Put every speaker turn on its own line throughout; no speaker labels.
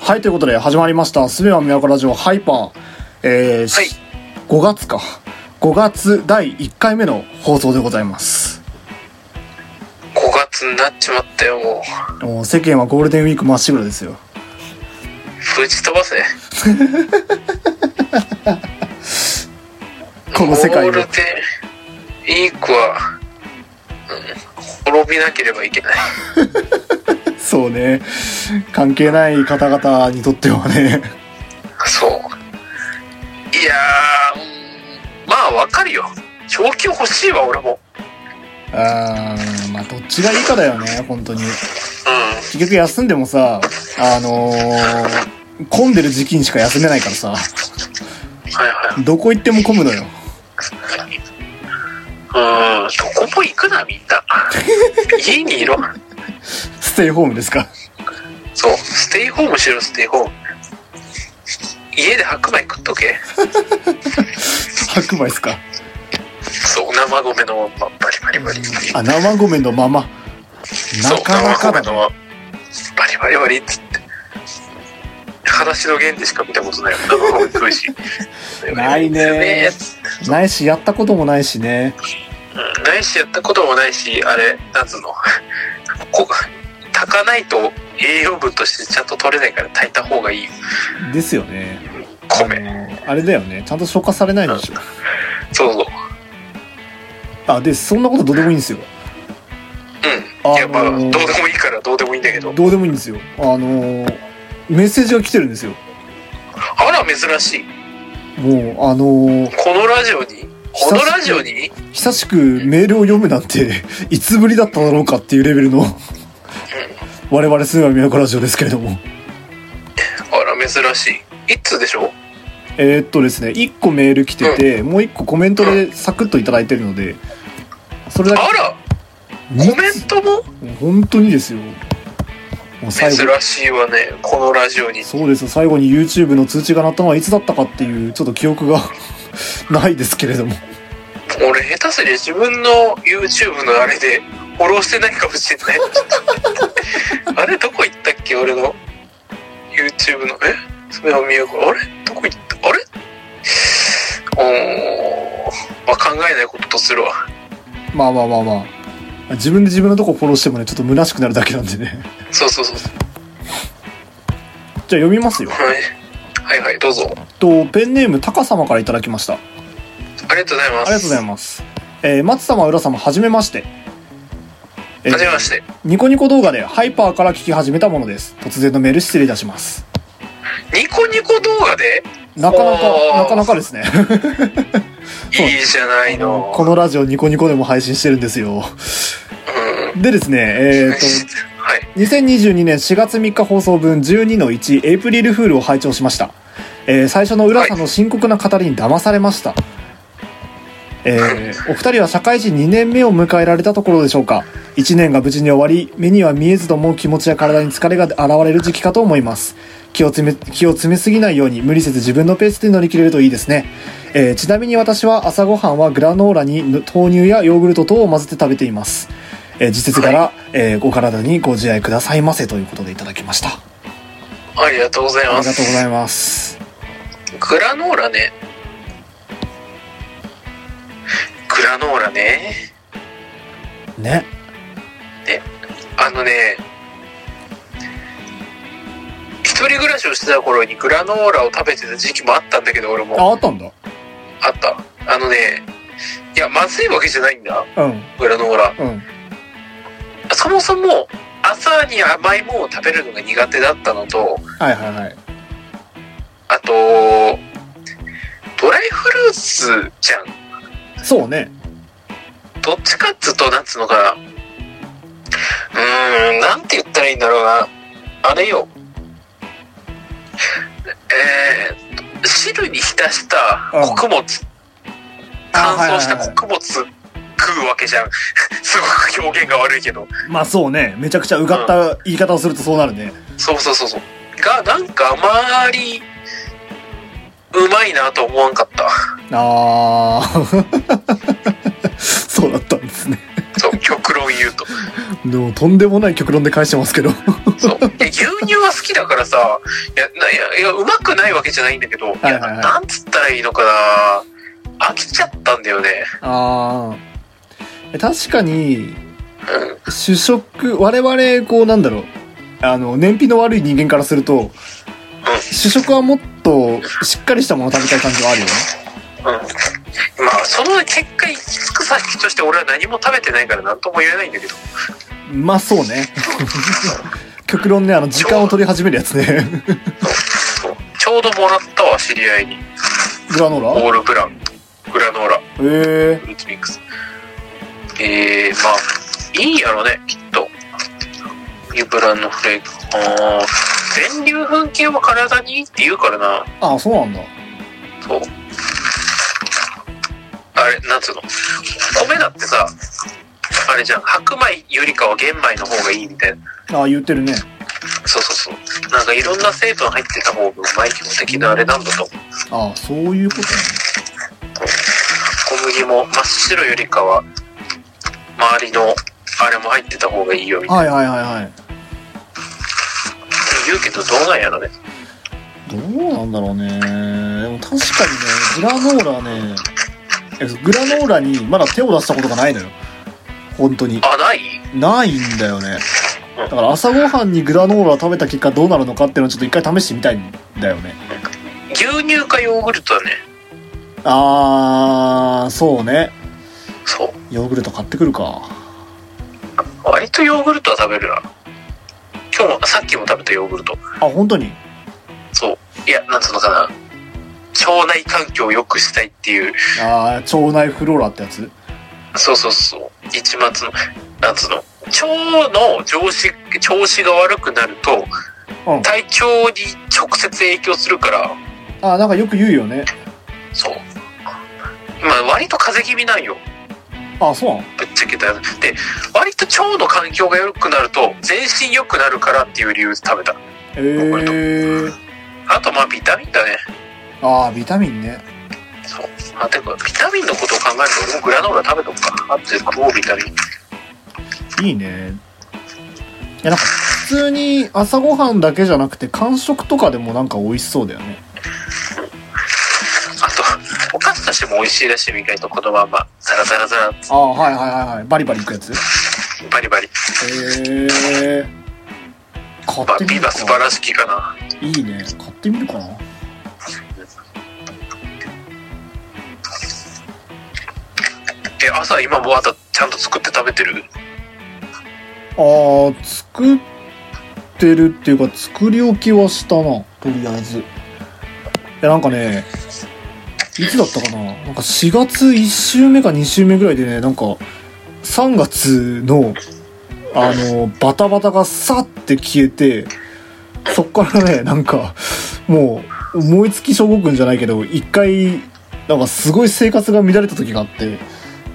はい、ということで始まりました。すべは都ラジオハイパー。えー、
はい
5月か。5月第1回目の放送でございます。
5月になっちまったよ、もう。
もう世間はゴールデンウィークまっしぐらですよ。
ぶち飛ばせ。
この世界を
ゴールデンウィークは、うん、滅びなければいけない。
そうね。関係ない方々にとってはね。
そう。いやー、うんまあわかるよ。賞金欲しいわ、俺も。
あー、まあ、どっちがいいかだよね、本当に。
う
結局休んでもさ、あのー、混んでる時期にしか休めないからさ、
ん。はいはい。
どこ行っても混むのよ。
うん、どこも行くな、みんな。家にいろ。
ステイホームですか。
そう。ステイホームしろ、ステイホーム。家で白米食っとけ。
白米っすか。
そう、生米のまんま、バリバリバリ。
あ、生米のまま。
そう
なかなか
生米
だ
の
ね。
はバリバリバリっつって話の弦でしか見たことないよ生米食うし
ないね
ね
ないし、やったこともないしね。
うんないしやったこともないしあれなんつうのこ炊かないと栄養分としてちゃんと取れないから炊いた方がいいよ
ですよね。あ
米
のーあれだよね。ちゃんと消化されないんでしょ。
そうそう
あ、で、そんなことどうでもいいんですよ。
うん
あ
いやまあど
の
う
ー
でもいいからどうでもいいんだけど
どうでもいいんですよ。あのーメッセージが来てるんですよ。
あら珍しい
もう、あのー
このラジオにこのラジオに
久しくメールを読むなんて、 いつぶりだっただろうかっていうレベルの、我々すーは都ラジオですけれども。
あら珍しい一通でしょ
えーっとですね、1個メール来てて、もう1個コメントでサクッといただいてるので、それだ
あ
け、
ら
に
コメントも
本当にですよ。もう最後、
珍しいわねこのラジオに
そうですよ最後に YouTube の通知が鳴ったのはいつだったかっていう、ちょっと記憶が ないですけれども。
俺下手すりゃ自分の YouTube のあれでフォローしてないかもし れないあれどこ行ったっけ俺の YouTube のえそれを見ようあれどこ行ったあれおー、まあ、考えないこととするわ
まあまあまあまあ。自分で自分のとこフォローしてもね、ちょっと虚しくなるだけなんでね。
そうそうそう、
じゃあ読みますよ。
はい、はいはいどうぞ
と、ペンネームタカ様からいただきました。あ
ありがとうございます
りがとうございます。えー、松様、浦様、はじめまして。えー
はじめまして
ニコニコ動画でハイパーから聞き始めたものです。突然のメール失礼いたします。
ニコニコ動画で
なかな
お
か、
ー
なかなかですね。
いいじゃないの
このラジオニコニコでも配信してるんですよ。
うん
でですね、えっ、と、
はい
2022年4月3日放送分12の1エイプリルフールを拝聴しました、えー最初の浦さんの深刻な語りに騙されました、えーお二人は社会人2年目を迎えられたところでしょうか1年が無事に終わり目には見えずとも気持ちや体に疲れが現れる時期かと思います気を詰め気を詰めすぎないように無理せず自分のペースで乗り切れるといいですね、えーちなみに私は朝ごはんはグラノーラに豆乳やヨーグルト等を混ぜて食べていますえー、実質から、えーお体にご自愛くださいませということでいただきました。あ
ありがとうございま
りがと
す
うございます。
グラノーラね。グラノーラね。
ね。
あのね、一人暮らしをしてた頃にグラノーラを食べてた時期もあったんだけど、俺も。
あ、あったんだ。
あった。あのね、いや、まずいわけじゃないんだ、
うん、
グラノーラ。
うん。
そもそも、朝に甘いものを食べるのが苦手だったのと、
はいはいはい。
あと、ドライフルーツじゃん。
そうね。
どっちかっつうと、なんつうのかな。うーん、なんて言ったらいいんだろうな。あれよ。えーっと、汁に浸した穀物、乾燥した
はいはい
穀物食うわけじゃん。 すごく表現が悪いけど。
はいまあそうね。めちゃくちゃうがった言い方をするとそうなるね。
そうそうそうそう。が、なんかあまり、うまいなと思わんかった。
あー。 そうだったんですね。
そう、極論言うと。
でもとんでもない極論で返してますけど。
そう。いや、牛乳は好きだからさ、いや、ないや、いやうまくないわけじゃないんだけど、い
はい
や、
はい
なんつったらいいのかな飽きちゃったんだよね。
ああ。確かに、
うん。
主食、我々、こう、なんだろう。あの、燃費の悪い人間からすると、主食はもっとしっかりしたもの食べたい感じはあるよね。
うん。まあ、その結果、行き着く先として俺は何も食べてないから何とも言えないんだけど。
まあそうね。極論ね、あの、時間を取り始めるやつね。
そう。ちょうどもらったわ、知り合いに。
グラノーラ
オールブラン。グラノーラ。
え
フルーツミックス。えー、まあ、いいんやろね、きっと。ユブランのフレーク。あー全粒粉系は体にいいって言うからな。
えああ、そうなんだ。
そう。あれ、なんつうの米だってさ、あれじゃん、白米よりかは玄米の方がいいみたいな。
ああ、言ってるね。
そうそうそう。なんかいろんな成分入ってた方がうまい基本的なあれなんだと思う。
ああ、そういうことね。
小麦も真っ白よりかは、周りのあれも入ってた方がいいよみたいな。
はいはいはいはい。
言うけどどうなんやろね。
どうなんだろうね。でも確かにね、グラノーラね、えグラノーラにまだ手を出したことがないのよ。本当に。
あ、ない
ないんだよね。だから朝ごはんにグラノーラを食べた結果どうなるのかっていうのをちょっと一回試してみたいんだよね。
牛乳かヨーグルトだね。
あー、そうね。
そう。
ヨーグルト買ってくるか。
割とヨーグルトは食べるな。今日も、さっきも食べたヨーグルト。
あ、本当に
そう。いや、なんつうのかな。腸内環境を良くしたいっていう。
あー腸内フローラってやつ
そうそうそう。一末の、なんつうの。腸の調子、調子が悪くなると、
うん
体調に直接影響するから、
あーなんかよく言うよね
そう。今、割と風邪気味なんよ。
あーそうなの
ぶっちゃけたで割と腸の環境が良くなると全身良くなるからっていう理由で食べた
えー、
あとまあビタミンだね
あービタミンね
そうあてかビタミンのことを考えると俺もグラノーラ食べとくかあとで食おうビタミン
いいねいやなんか普通に朝ごはんだけじゃなくて間食とかでもなんか美味しそうだよね
あとお菓子としても美味しいらしいみたいとこのままザラザラザラ
あーはいはいはいはいバリバリいくやつ
バリバリ
えー、買
ま
っ
あ
てみ
ビ
る
バ素晴
から
しきかない
いね買ってみるかな
え朝今もまだちゃんと作って食べてる
あー作ってるっていうか作り置きはしたなとりあえずいやなんかねいつだったかななんか4月1週目か2週目ぐらいでねなんか3月のあのバタバタがさって消えてそっからねなんかもう思いつき症候群じゃないけど一回なんかすごい生活が乱れた時があって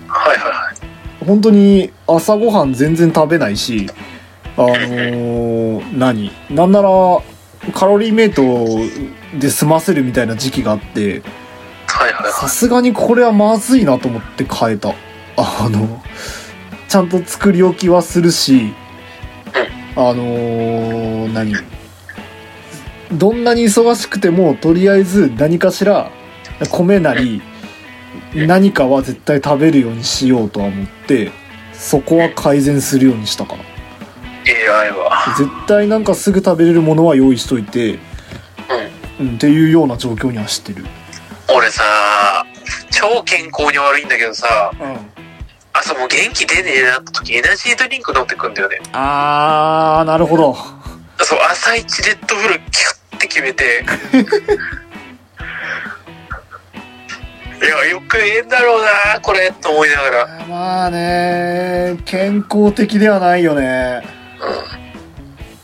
はいはいはい
本当に朝ごはん全然食べないしあのー何なんならカロリーメイトで済ませるみたいな時期があって
はいはいは
さすがにこれはまずいなと思って変えたあのちゃんと作り置きはするしあのー何どんなに忙しくてもとりあえず何かしら米なり何かは絶対食べるようにしようとは思ってそこは改善するようにしたかない
AI は
絶対なんかすぐ食べれるものは用意しといて、うん、っていうような状況にはしてる、
俺さ超健康に悪いんだけどさ朝もう元気出ねえなって時エナジードリンク飲んでくんだよね。
あーなるほど
そう、朝一レッドブルキュッて決め て。いや、よくええんだろうな、これ、と思いながら。
まあね健康的ではないよね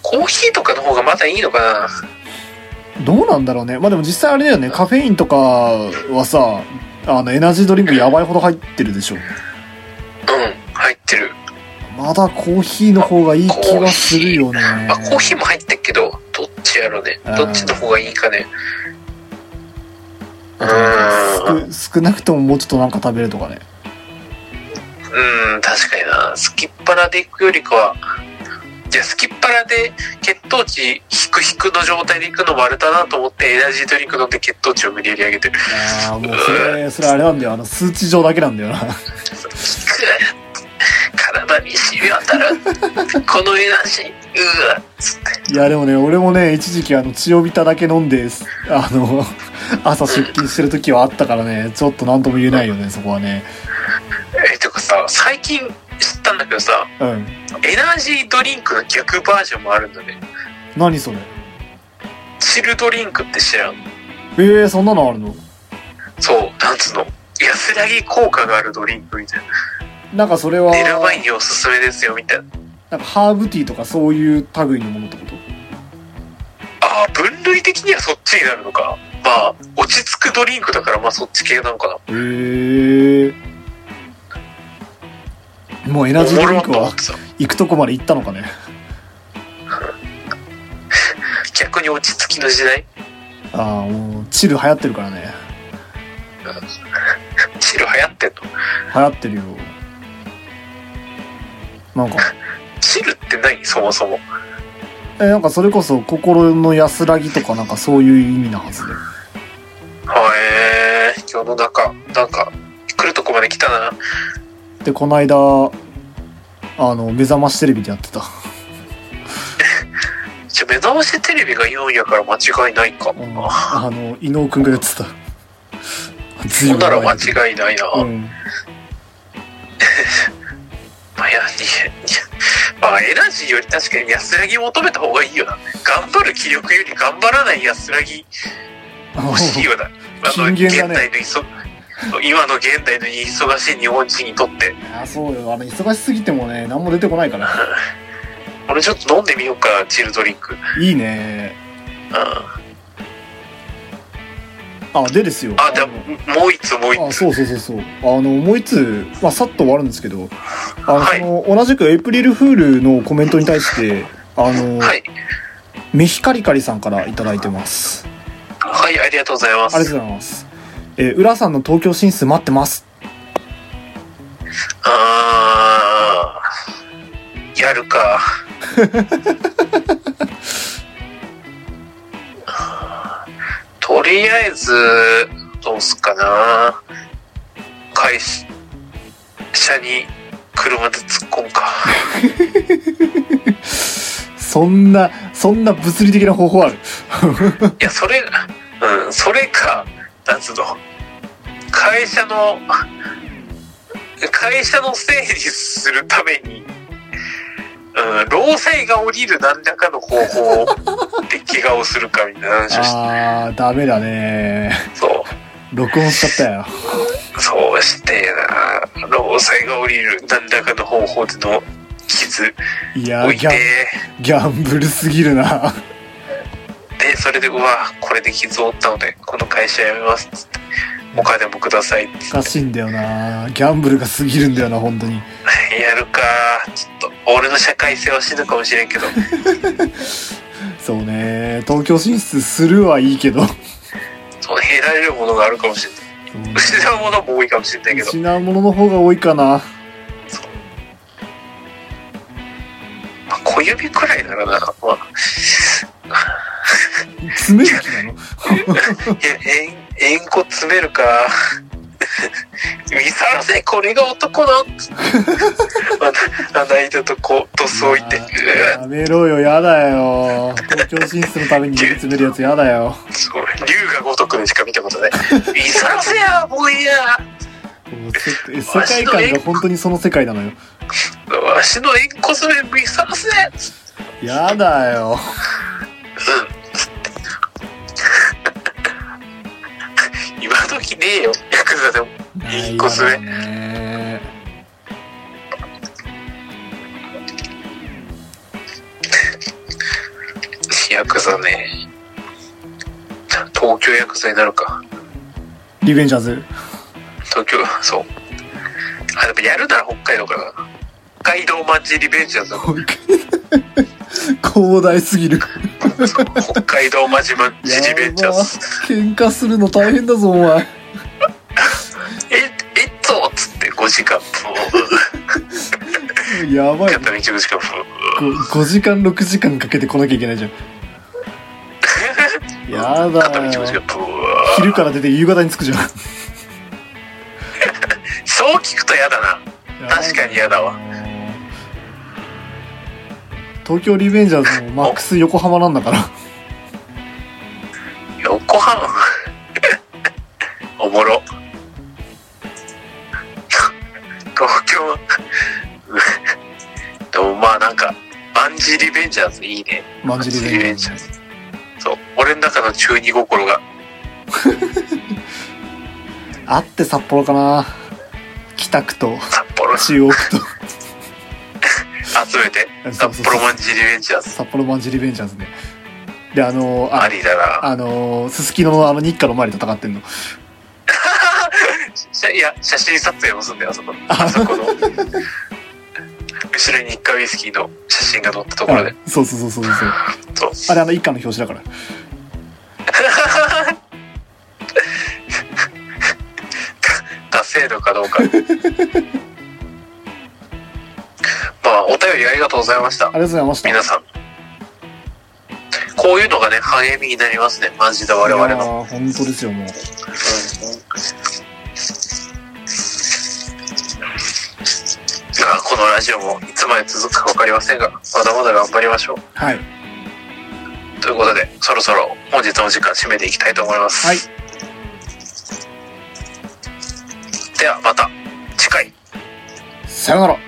コーヒーとかの方がまだいいのかな。
どうなんだろうねまあでも実際あれだよねカフェインとかはさあのエナジードリンクやばいほど入ってるでしょ
うん、入ってる。
まだコーヒーの方がいい気がするよね
まあ、コーヒーも入ってるけど、どっちやろうね。どっちの方がいいかね。うーん、
少少なくとももうちょっとなんか食べるとかね
うん、確かにな。すきっ腹で行くよりかは、じゃあすきっ腹で血糖値ヒクヒクの状態で行くのもあれだなと思ってエナジードリンク飲んで血糖値を無理やり上げてる
ああ、もうそれ、それあれなんだよ。あの、数値上だけなんだよな。
体に染み渡る このエナジーうわっつって
いや、でもね、俺もね、一時期あの、血をびただけ飲んで、あの、 朝出勤してる時はあったからね、ちょっと何とも言えないよね、そこはね。
えてかさ最近知ったんだけどさ
うん。
エナジードリンクの逆バージョンもあるんだね
何それ。
チルドリンクって知らん
ええー、そんなのあるの
そうなんつうの安らぎ効果があるドリンクみたいな
なんかそれは、
寝る前におすすめですよみたいな
なんかハーブティーとかそういう類のものってこと
ああ分類的にはそっちになるのかまあ落ち着くドリンクだからまあそっち系なのかな
へえもうエナジードリンク
おもろっと思っ
は
てさ
行くとこまで行ったのかね
逆に落ち着きの時代
ああもうチル流行ってるからね
チル流行ってんの
流行ってるよなんか
チルって何そもそも
えなんかそれこそ心の安らぎとかなんかそういう意味なはずで
はえー、世の中なんか来るとこまで来たな
でこの間あの目覚ましテレビでやってた、
じゃあ目覚ましテレビが4位やから間違いないか
う
も
ん
な、
あの伊野尾くんがや ってた
そんなら間
い
違いないな、
う
ま
ん
あいやいやいやまあエナジーより確かに安らぎ求めた方がいいよな頑張る気力より頑張らない安らぎ欲しいよなあ
金
の
言だね
現代のいそ今の現代の忙しい日本人にとって
いやそうよあの忙しすぎてもね何も出てこないから
俺ちょっと飲んでみようかチルドリンク、うん、
いいね
あ
あでですよ
でももう一つもう一
あ
つ
そうそうそうそうあのもう一つ、まあ、さっと終わるんですけどあの、
はい
その同じくエイプリルフールのコメントに対してあの、
はい
メヒカリカリさんから頂いただいてます
はいありがとうございます
ありがとうございますえー浦さんの東京進出待ってます
あーやるか とりあえずどうすっかな会社に車で突っ込むか
そんなそんな物理的な方法ある
いやそれうんそれかなんつうの会社の会社のせいにするために、うん、労災が降りる何らかの方法で怪我をするかみたいな話をし
あーダメだね
そ
録音しちゃったよ
うそうしてえな労災が降りる何らかの方法での傷
いや
を
ー
い
ギ
て
ャギャンブルすぎるな
でそれでうわこれで傷を負ったのでこの会社辞めますっつってお金もくださいっつって
おかしいんだよなギャンブルが過ぎるんだよな本当に
やるかちょっと俺の社会性は死ぬかもしれんけど
そうね東京進出するはいいけど
そう減られるものがあるかもしれない失うものも多いかもしれないけど
失うものの方が多いかな
そう、まあ、小指くらいならな、まあ、
詰める気なの
いやえんえんこ詰めるか見さらせこれが男のまあ泣いたとこうドス置いてうわ
やめろよやだよ東京進出のために指詰めるやつやだ よ
すごい龍が如くでしか見たことない見さらせやもういいや
もうせ世界観が本当にその世界なのよ
わしのえんこ詰め見さらせ
やだよ
今時ねえよヤクザでもいい子連れ
ないやだね
ヤクザね東京ヤクザになるか
リベンジャーズ
東京そうあでもやるなら北海道かな北海道マンジリベンジャーズだ
広大すぎる
そう北海道マジマンジリベンジャー
やば
ズ
喧嘩するの大変だぞお前
ええっとっつって5時間ふう
やばい
片道5時間ふう
5時間6時間かけて来なきゃいけないじゃんやだ
片道5時間
ー
ブワー
昼から出て夕方に着くじゃん
そう聞くと嫌だな確かに嫌だわ
東京リベンジャーズもマックス横浜なんだから
横浜 おもろ東京 でもまあなんかバンジーリベンジャーズいいね
マンジリベンジャーズ
ャーズそう俺の中の中二心が
あって札幌かな北区と
札幌に
中央区と
集めて
そう
札
そう
幌
そう
マンジーリベンジャーズ
札幌マンジリベンジャーズねであのー
あ
あ
りだな
あのーすすきののあの日課の前で戦ってんの
写いや写真撮影もすんだよあそこのあそこ の後ろに一回ウイスキーの写真が載ったところで、
そうそうそうそうそうあ
そう
れあの一家の表紙だから
ダセーのかどうか まあお便りありがとうございました
ありがとうございました
皆さんこういうのがね励みになりますねマジで我々の
いやー本当ですよもう
いやこのラジオもいつまで続くか分かりませんがまだまだ頑張りましょう
はい
ということでそろそろ本日のお時間締めていきたいと思います、
はい
ではまた次回
さよなら